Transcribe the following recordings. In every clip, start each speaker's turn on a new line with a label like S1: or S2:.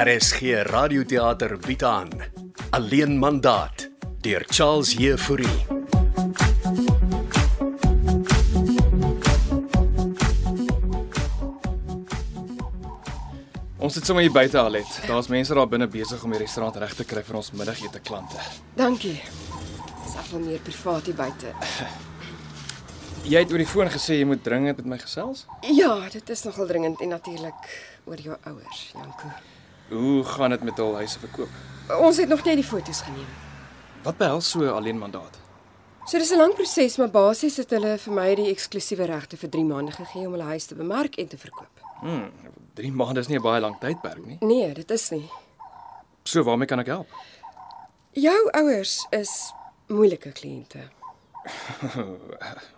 S1: RSG Radioteater bied aan Alleen mandaat deur Charles Heffouri.
S2: Ons sit sommer hier buite al het. Daar's mense daar binne besig om die restaurant reg te kry vir ons middagete klante.
S3: Dankie. Dis af van meer privaat hier buite.
S2: Jy het oor die foon gesê jy moet dringend met my gesels.
S3: Ja, dit is nogal dringend en natuurlik oor jou ouers, Janko.
S2: Hoe gaan dit met hul huise verkoop?
S3: Ons het nog net die foto's geneem.
S2: Wat behels so 'n alleen mandaat?
S3: So dis 'n lang proses, maar basies het hulle vir my die eksklusiewe regte vir 3 maande gegee om hulle huis te bemark en te verkoop.
S2: Hm, 3 maande is nie 'n baie lang tydperk nie.
S3: Nee, dit is nie.
S2: So waarmee kan ek help?
S3: Jou ouers is moeilike kliënte.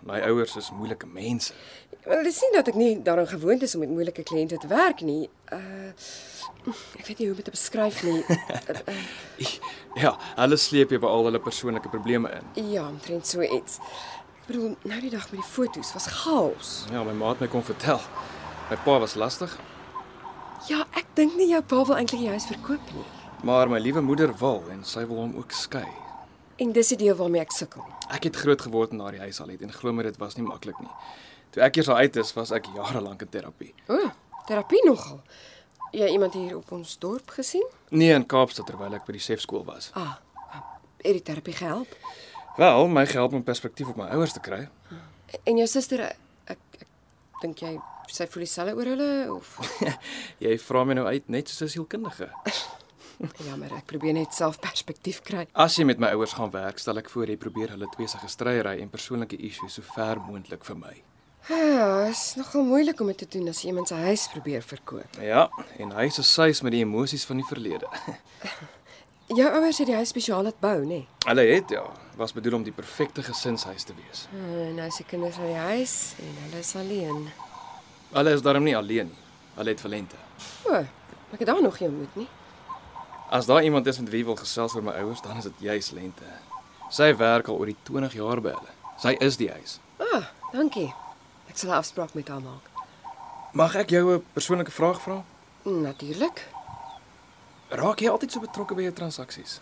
S2: My ouers is moeilike mense.
S3: Wel, dit is nie dat ek nie daaraan gewoond is om met moeilike kliënte te werk nie. Uh ek weet nie hoe om dit te beskryf nie.
S2: Ja, hulle sleep jou by al hulle persoonlike probleme in.
S3: Ja, omtrent so iets. Ek bedoel, nou die dag met die foto's was chaos.
S2: Ja, my ma het my kom vertel. My pa was lastig,
S3: Ja, ek dink nie jou pa wil eintlik die huis verkoop nie.
S2: maar my liewe moeder wil en sy wil hom ook skei.
S3: En dis die deel waarmee ek sukkel.
S2: Ek het groot geword in daardie huis al het en glo my dit was nie maklik nie. Toe ek eers daar uit is, was ek jare lank in terapie.
S3: O, oh, terapie nogal. Jy iemand hier op ons dorp gesien?
S2: Nee, in Kaapstad terwyl ek by die SEF-skool was.
S3: Ah, het die terapie gehelp?
S2: Wel, my gehelp om perspektief op my ouers te kry.
S3: En jou suster, ek ek dink jy sy voel dieselfde oor hulle of
S2: Jy vra my nou uit net soos 'n sielkundige.
S3: jammer, ek probeer net self perspektief kry.
S2: As jy met my ouers gaan werk, stel ek voor jy probeer hulle twee se gestryery en persoonlike issues so ver moontlik vermy.
S3: Ja, is nogal moeilik om dit te doen as jy iemand se huis probeer verkoop.
S2: Ja, en hy se suis met die emosies van die verlede.
S3: Jou ouers het die huis spesiaal laat bou, nê? Nee?
S2: Hulle het ja, was bedoel om die perfekte gesinshuis te wees.
S3: En nou is die kinders uit die huis en hulle is alleen.
S2: Hulle is daarom nie alleen nie. Hulle het talente.
S3: O, ek het daar nog nie ontmoet nie.
S2: As daar iemand is met wie wil gesels oor my ouers, dan is dit juis Lente. Sy werk al oor die 20 jaar by hulle. Sy is die huis.
S3: Ah, dankie. Ek sal 'n afspraak met haar maak.
S2: Mag ek jou 'n persoonlike vraag vra?
S3: Natuurlik.
S2: Raak jy altyd so betrokke by jou transaksies?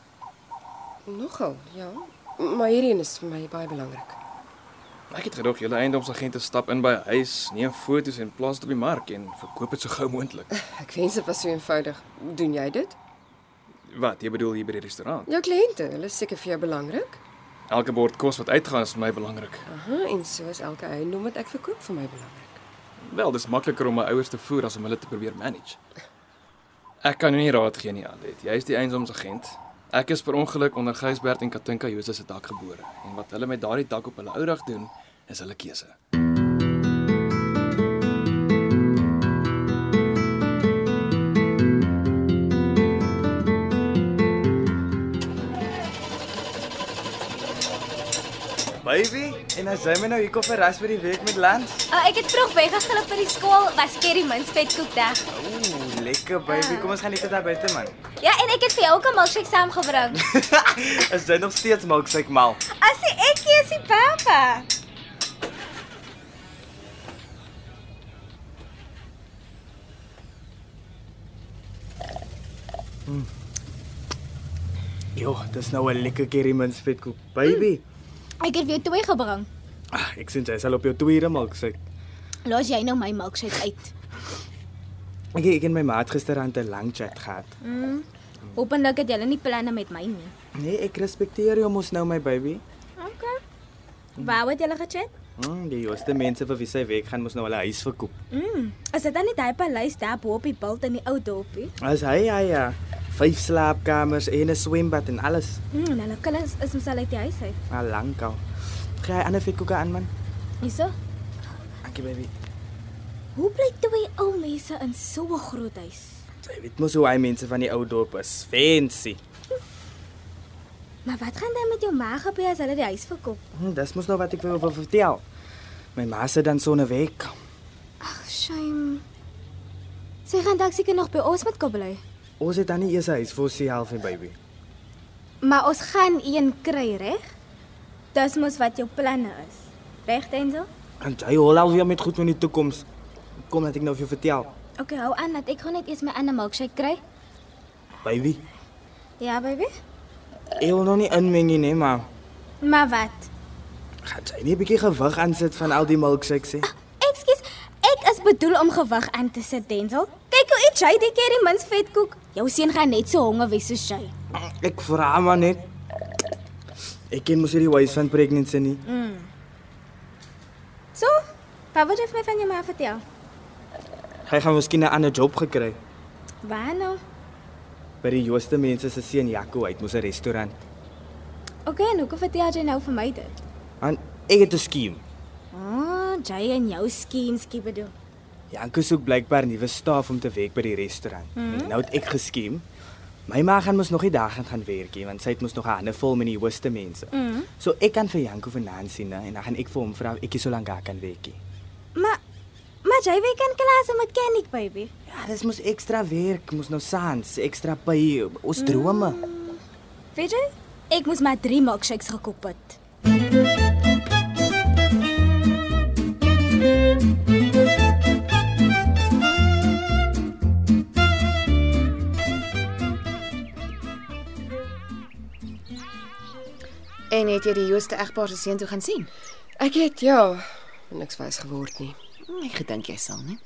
S3: Nogal, ja. Maar hierdie een is vir my baie belangrik.
S2: Ek het gedoog julle eiendomsagente stap in by 'n huis, neem foto's en plaas dit op die mark en verkoop dit so gou moontlik.
S3: Ek wens dit was so eenvoudig. Doen jy dit?
S2: Wat, jy bedoel hier by die restaurant?
S3: Jou kliënte, hulle is seker vir jou belangrik.
S2: Elke bord kos wat uitgaan is vir my belangrik.
S3: Aha, en so is elke eiendom wat ek verkoop vir my belangrik.
S2: Wel, dis makliker om my ouers te voer as om hulle te probeer manage. Ek kan jou nie raad gee nie, Alet. Jy is die eiendomsagent. Ek is per ongeluk onder Gysbert en Katinka Jose se dak gebore en wat hulle met daardie dak op hulle ou dag doen, is hulle keuse.
S4: Baby, en as jy my nou hier kom verras vir die week met lunch.
S5: Uh, ek het vroeg weggeglip by die skool, was ek hier die mins vetkoek dag.
S4: Ooh, lekker eh, baby. Kom ons gaan net daar buite man.
S5: Ja, en ek het vir jou ook 'n milkshake saamgebring.
S4: Is jy nog steeds milkshake mal?
S5: As die ek is die papa.
S4: Jo, dis nou 'n lekker curry mens vetkoek. Baby,
S5: Ek het vir jou twee gebring.
S4: ah, ek sien jy sal op jou tweede milkshake.
S5: Laat jy nou my milkshake uit.
S4: Ek ek en my maat gisterand 'n lang chat gehad.
S5: Hoopenlik het julle nie planne met my nie.
S4: Nee, ek respekteer jou mos nou my baby.
S5: Okay. Waar het julle gechat?
S4: Mm, die jongste mense vir wie sy werk gaan mos nou hulle huis verkoop.
S5: Mm, is dit dan nie daai paleis daar bo op die bult in die ou dorpie?
S4: As hy ja ja, vyf slaapkamers en 'n swembad en alles.
S5: Mm, en hulle kinders is mos al uit die huis uit.
S4: Al lank al. Gaan jy ander vetkoeke aan man?
S5: Hierso.
S4: Dankie baby.
S5: Hoe bly twee ou mense in so 'n groot huis?
S4: Jy weet mos hoe hy mense van die ou dorp is. Fancy.
S5: Maar wat gaan dan met jou ma gebeur as hulle die huis verkoop?
S4: Hm, dis mos nou wat ek wil, wil vertel. My ma se dan so 'n week.
S5: Ag, shame. Sy gaan dalk seker nog by ons moet kom bly.
S4: Ons het dan nie eers 'n huis vir onsself nie, baby.
S5: Maar ons gaan een kry, reg? Dis mos wat jou planne is. Reg, Denzel?
S4: En jy hol alweer met goed in die toekoms. Kom laat ek nou vir jou vertel.
S5: Okay, hou aan dat ek gou net eers my ander milkshake kry.
S4: Baby,
S5: Ja, baby.
S4: ek wil nog nie inmeng nie, nee, maar
S5: Maar wat?
S4: gaan jy nie 'n bietjie gewig aansit van al die milkshakes nie?
S5: Ekskuus, ek is bedoel om gewig aan te sit, Denzel. Kyk hoe eet jy die keer die minst vetkoek. Jou seun gaan net so honger wees soos jy.
S4: Ek vra maar net. Ek ken mos hierdie wys van pregnancy nie.
S5: So, wat wil jy vir my van jou ma vertel?
S4: Hy gaan miskien 'n ander job gekry.
S5: Waar nou?
S4: By die jooste mense se seun Jaco uit mos 'n restaurant.
S5: Okay, en hoekom vertel jy nou vir my dit?
S4: En ek het 'n skiem.
S5: Ah, jy en jou skems, kie bedoel.
S4: Janko soek blykbaar nuwe staf om te werk by die restaurant. Hmm. Nou het ek geskiem. My ma gaan mos nog die dag gaan gaan werk nie want sy het mos nog 'n hande vol met die jooste mense. Hmm. So ek kan vir Janko vanaand sien né, en dan gaan ek vir hom vra of ek hier so lank daar kan werk. nie.
S5: Maar maar jy weet kan klas 'n mechanic baby.
S4: Ja, dis mos ekstra werk, mos nou sans, ekstra by ons drome. Hmm.
S5: Weet jy? Ek moes maar 3 milkshakes gekoop het.
S6: En het jy die jooste egpaar se seun toe gaan sien?
S3: Ek het ja, niks wys geword nie.
S6: Hm, Ek gedink jy sal nie.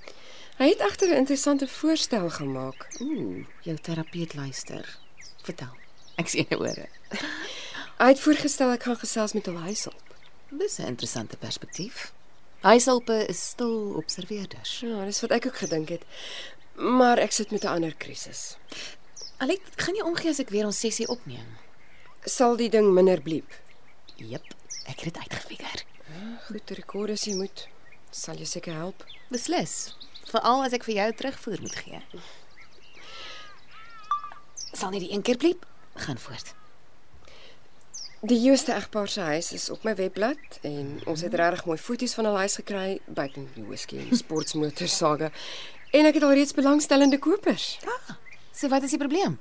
S3: Hy het agter 'n interessante voorstel gemaak.
S6: Ooh, jou terapeut luister. Vertel. Ek sien jou ore.
S3: Hy het voorgestel ek gaan gesels met hul huishulp.
S6: Dis 'n interessante perspektief. Huishulpe is stil observeerders.
S3: Ja, dis wat ek ook gedink het. Maar ek sit met 'n ander krisis.
S6: Alet, gaan jy omgee as ek weer ons sessie opneem?
S3: Sal die ding minder bliep?
S6: Jep, ek het dit uitgefigure.
S3: Goed rekord as jy moet. Sal jy seker help?
S6: Beslis. Veral as ek vir jou terugvoer moet gee. Sal nie die een keer bliep. Gaan voort.
S3: Die jongste egpaar se huis is op my webblad en ons het regtig mooi foto's van hul huis gekry buiten die whisky en sportsmotor saga. En ek het alreeds belangstellende kopers.
S6: So wat is die probleem?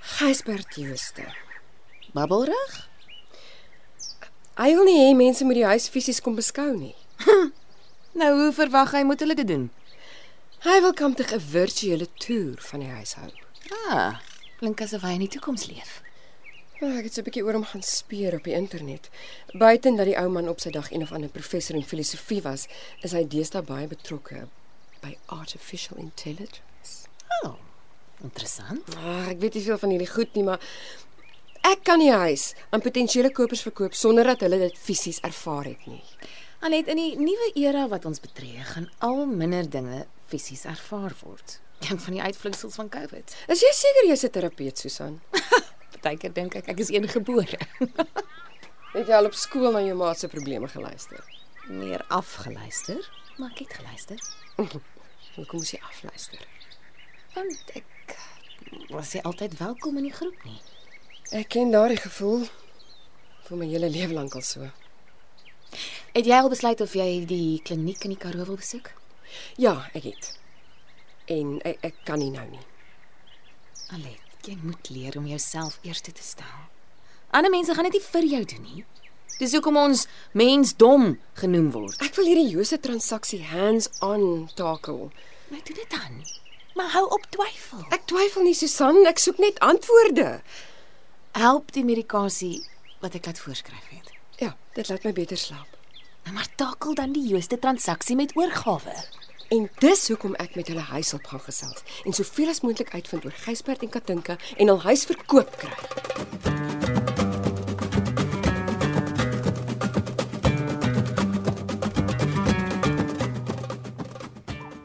S3: Gysbert Jooste.
S6: Babbelrug?
S3: Hy wil nie hê mense moet die huis fisies kom beskou nie.
S6: Nou hoe verwag hy moet hulle dit doen?
S3: Hy wil kamptig 'n virtuele toer van die huis hou.
S6: Ah, klink asof hy in die toekoms leef.
S3: Ja, Ek het so 'n bietjie oor hom gaan speur op die internet. Buiten dat die ou man op sy dag een of ander professor in filosofie was, is hy deesdae baie betrokke by artificial intelligence.
S6: Oh, interessant.
S3: Ag, ek weet nie veel van hierdie goed nie, maar ek kan die huis aan potensiële kopers verkoop sonder dat hulle dit fisies ervaar het nie.
S6: Alet in die nuwe era wat ons betree, gaan al minder dinge fisies ervaar word. Dink van die uitvloeisels van COVID.
S3: Is jy seker jy's 'n terapeut, Susan?
S6: Partykeer dink ek ek is eengebore,
S3: Het jy al op skool na jou ma se probleme geluister?
S6: meer afgeluister, maar ek het geluister.
S3: Hoekom moes jy afluister?
S6: Want ek was nie altyd welkom in die groep nie.
S3: Ek ken daardie gevoel. Vir my hele lewe lank al so.
S6: Het jy al besluit of jy die kliniek in die Karoo wil besoek?
S3: Ja, ek het. En ek, ek kan nie nou nie.
S6: Alet, jy moet leer om jouself eerste te stel. Ander mense gaan dit nie vir jou doen nie. Dis hoekom ons mensdom genoem word.
S3: Ek wil hierdie Jose transaksie hands-on takel.
S6: Nou doen dit dan. Maar hou op twyfel.
S3: Ek twyfel nie, Susan, ek soek net antwoorde.
S6: Help die medikasie wat ek laat voorskryf het.
S3: Ja, dit laat my beter slaap.
S6: Nou maar takel dan die jooste transaksie met oorgawe.
S3: En dis hoekom ek met hulle huishulp gaan gesels en soveel as moontlik uitvind oor Gysbert en Katinka en hul huis verkoop kry.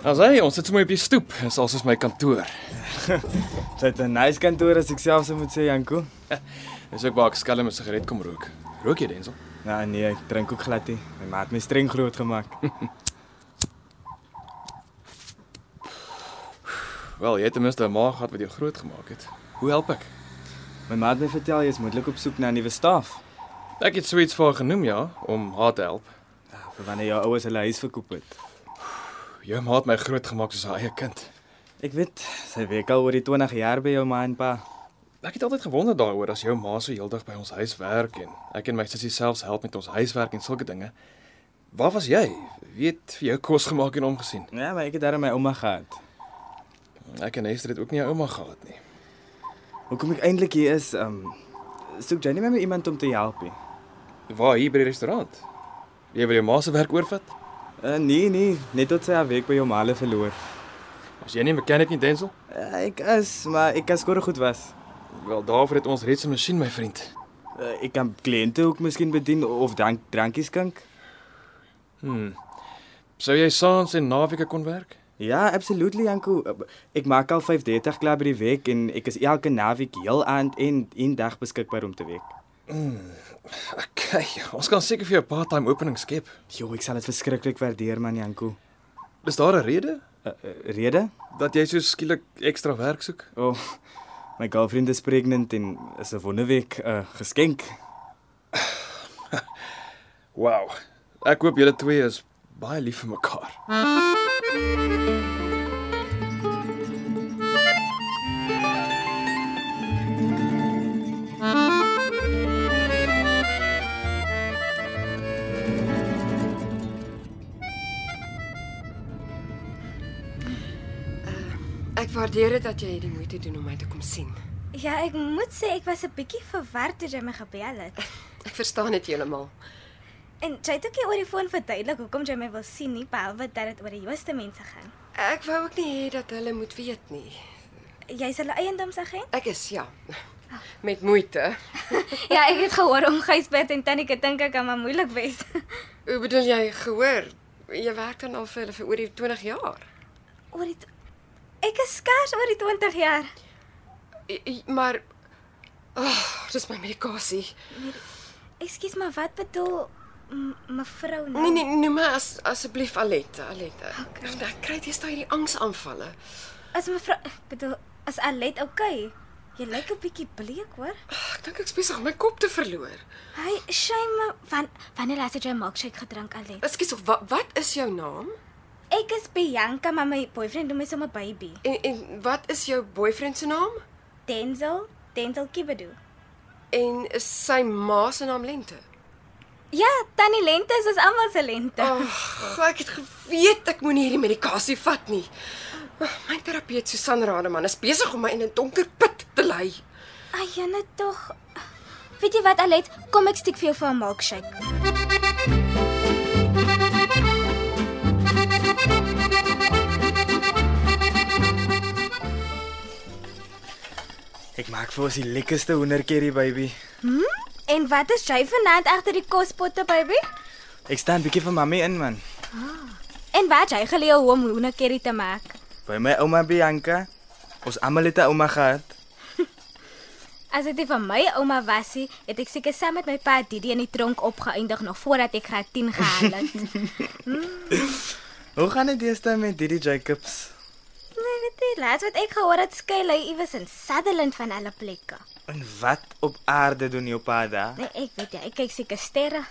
S2: As hy, ons sit sommer op die stoep, is al soos my kantoor.
S4: Dit is 'n nice kantoor as ek self sou moet sê, Janko.
S2: Dis ook waar ek skelm 'n sigaret kom rook. Rook jy Denzel?
S4: Nou nee, ek drink ook glad nie. My ma het my streng groot gemaak.
S2: Wel, jy het ten minste 'n maag gehad wat jou groot gemaak het. Hoe help ek?
S4: my ma het my vertel jy is moontlik op soek na 'n nuwe staf
S2: Ek het so iets vir haar genoem ja, om haar te help.
S4: Ja, vir wanneer jou ouers hulle huis verkoop het.
S2: Jou ma het my groot gemaak soos haar eie kind.
S4: Ek weet, sy werk al oor die 20 jaar by jou ma en pa.
S2: Ek het altyd gewonder daaroor as jou ma so heeldag by ons huis werk en ek en my sussie selfs help met ons huiswerk en sulke dinge. Waar was jy? Wie het vir jou kos gemaak en omgesien?
S4: Ja, maar ek het darem my ouma gehad.
S2: Ek en Esther het ook nie 'n ouma gehad nie.
S4: Hoekom ek eintlik hier is, um soek jy nie meer iemand om te help nie.
S2: Waar hier by die restaurant? Jy wil jou ma se werk oorvat?
S4: Uh, nee, nee, net tot sy haar werk by jou maale verloor.
S2: As jy nie 'n mechanic nie, Denzel?
S4: Uh, ek is, maar ek kan skoor goed was.
S2: Wel, daarvoor het ons reeds 'n masjien, my vriend.
S4: Uh, ek kan kliënte ook miskien bedien of drank drankies skink.
S2: Hm. Sou jy saans en naweke kon werk?
S4: Ja, absolutely Janko. Ek maak al 5:30 klaar by die week en ek is elke naweek heel aand en en dag beskikbaar om te werk.
S2: Okay, ons kan seker vir jou 'n part-time opening skep.
S4: Jo, ek sal dit verskriklik waardeer man Janko.
S2: Is daar 'n rede
S4: Uh, uh, rede?
S2: dat jy so skielik ekstra werk soek?
S4: O, oh, my girlfriend is pregnant en is 'n wonderweek uh, geskenk.
S2: Wow. Ek hoop julle twee is baie lief vir mekaar.
S3: Ek waardeer dit dat jy die moeite doen om my te kom sien.
S5: Ja, ek moet sê ek was 'n bietjie verward toe jy my gebel het.
S3: Ek verstaan dit heeltemal.
S5: En jy het ook nie oor die foon verduidelik hoekom jy my wil sien nie, behalwe dat dit oor die jongste mense gaan.
S3: Ek wou ook nie hê dat hulle moet weet nie.
S5: Jy's hulle eiendomsagent?
S3: Ek is ja met moeite.
S5: ja, ek het gehoor om Gysbert en Tannie Katinka kan maar moeilik wees.
S3: Hoe bedoel jy gehoor? Jy werk dan al vir hulle vir oor die 20 jaar.
S5: oor die tw- Ek is skaars oor die 20 jaar.
S3: I, I, maar oh, dis my medikasie.
S5: Ekskuus, maar wat bedoel m- mevrou nou?
S3: Nee nee, noem my as asseblief Alette, Alette. Okay. Ek kry dit daai hierdie angsaanvalle.
S5: As mevrou, ek bedoel, as Alet okay. Jy lyk 'n bietjie bleek, hoor.
S3: Ek dink ek's besig om my kop te verloor.
S5: Hy shame van wanneer laas het jy 'n milkshake gedrink, Alet?
S3: Ekskuus, wat wat is jou naam?
S5: Ek is Bianca, maar my boyfriend noem my sommer baby.
S3: En en wat is jou boyfriend se naam?
S5: Denzel, Denzelkie bedoel.
S3: En is sy ma se naam Lente?
S5: Ja, tannie Lente is ons almal se lente.
S3: Ag,
S5: Oh.
S3: ek het geweet ek moenie hierdie medikasie vat nie. Ag, My terapeut Susan Rademan is besig om my in 'n donker put te lei.
S5: Ai, jene tog. Weet jy wat, Alet? Kom ek steek vir jou vir 'n milkshake.
S4: Ek maak vir ons die lekkerste hoenderkerry baby.
S5: En wat is jy vanaand agter die kospotte, baby?
S4: Ek staan bietjie vir mami in man.
S5: En wat het jy geleer hoe om hoenderkerry te maak?
S4: By my ouma Bianca. Ons almal het 'n ouma gehad.
S5: As dit nie van my ouma was nie, het ek seker saam met my pa Didi in die tronk opgeëindig nog voordat ek graad 10 gehaal het.
S4: Hoe gaan dit deesdae met Didi Jacobs?
S5: nee, weet jy, laas wat ek gehoor het, skei hy iewers in Sutherland van alle plekke.
S4: En wat op aarde doen jou pa daar?
S5: Nee, ek weet jy, ek kyk seker sterre.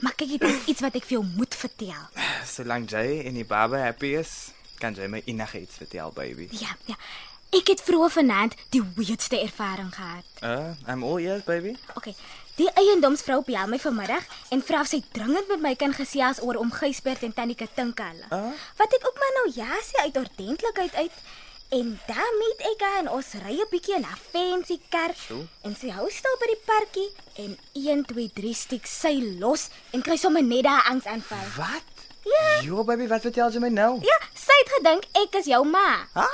S5: maar kyk, dit is iets wat ek vir jou moet vertel.
S4: Solank jy en die baba happy is, kan jy my enigiets vertel baby.
S5: Ja, ja. Ek het vroeër vanaand die weirdste ervaring gehad.
S4: Uh, I'm all ears baby.
S5: Okay. Die eiendomsvrou bel my vanmiddag en vra of sy dringend met my kan gesels oor om Gysbert en Tannie Katinka hulle.
S4: Ah.
S5: Wat ek ook maar nou ja sê uit ordentlikheid uit. En dan meet ek haar en ons ry 'n bietjie in haar fancy kar.
S4: Sjoe.
S5: En sy hou stil by die parkie en 1 2 3 steek sy los en kry sommer net daai angsaanval.
S4: Wat? Ja. Jo baby, wat vertel jy my nou?
S5: Ja, sy het gedink ek is jou ma.
S4: Ha?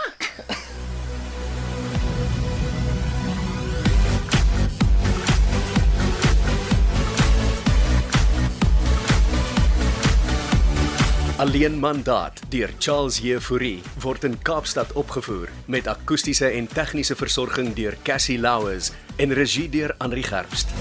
S1: Alleen mandaat deur Charles Jefouri word in Kaapstad opgevoer met akoestiese en tegniese versorging deur Cassie Louws en regie deur Henri Gerst.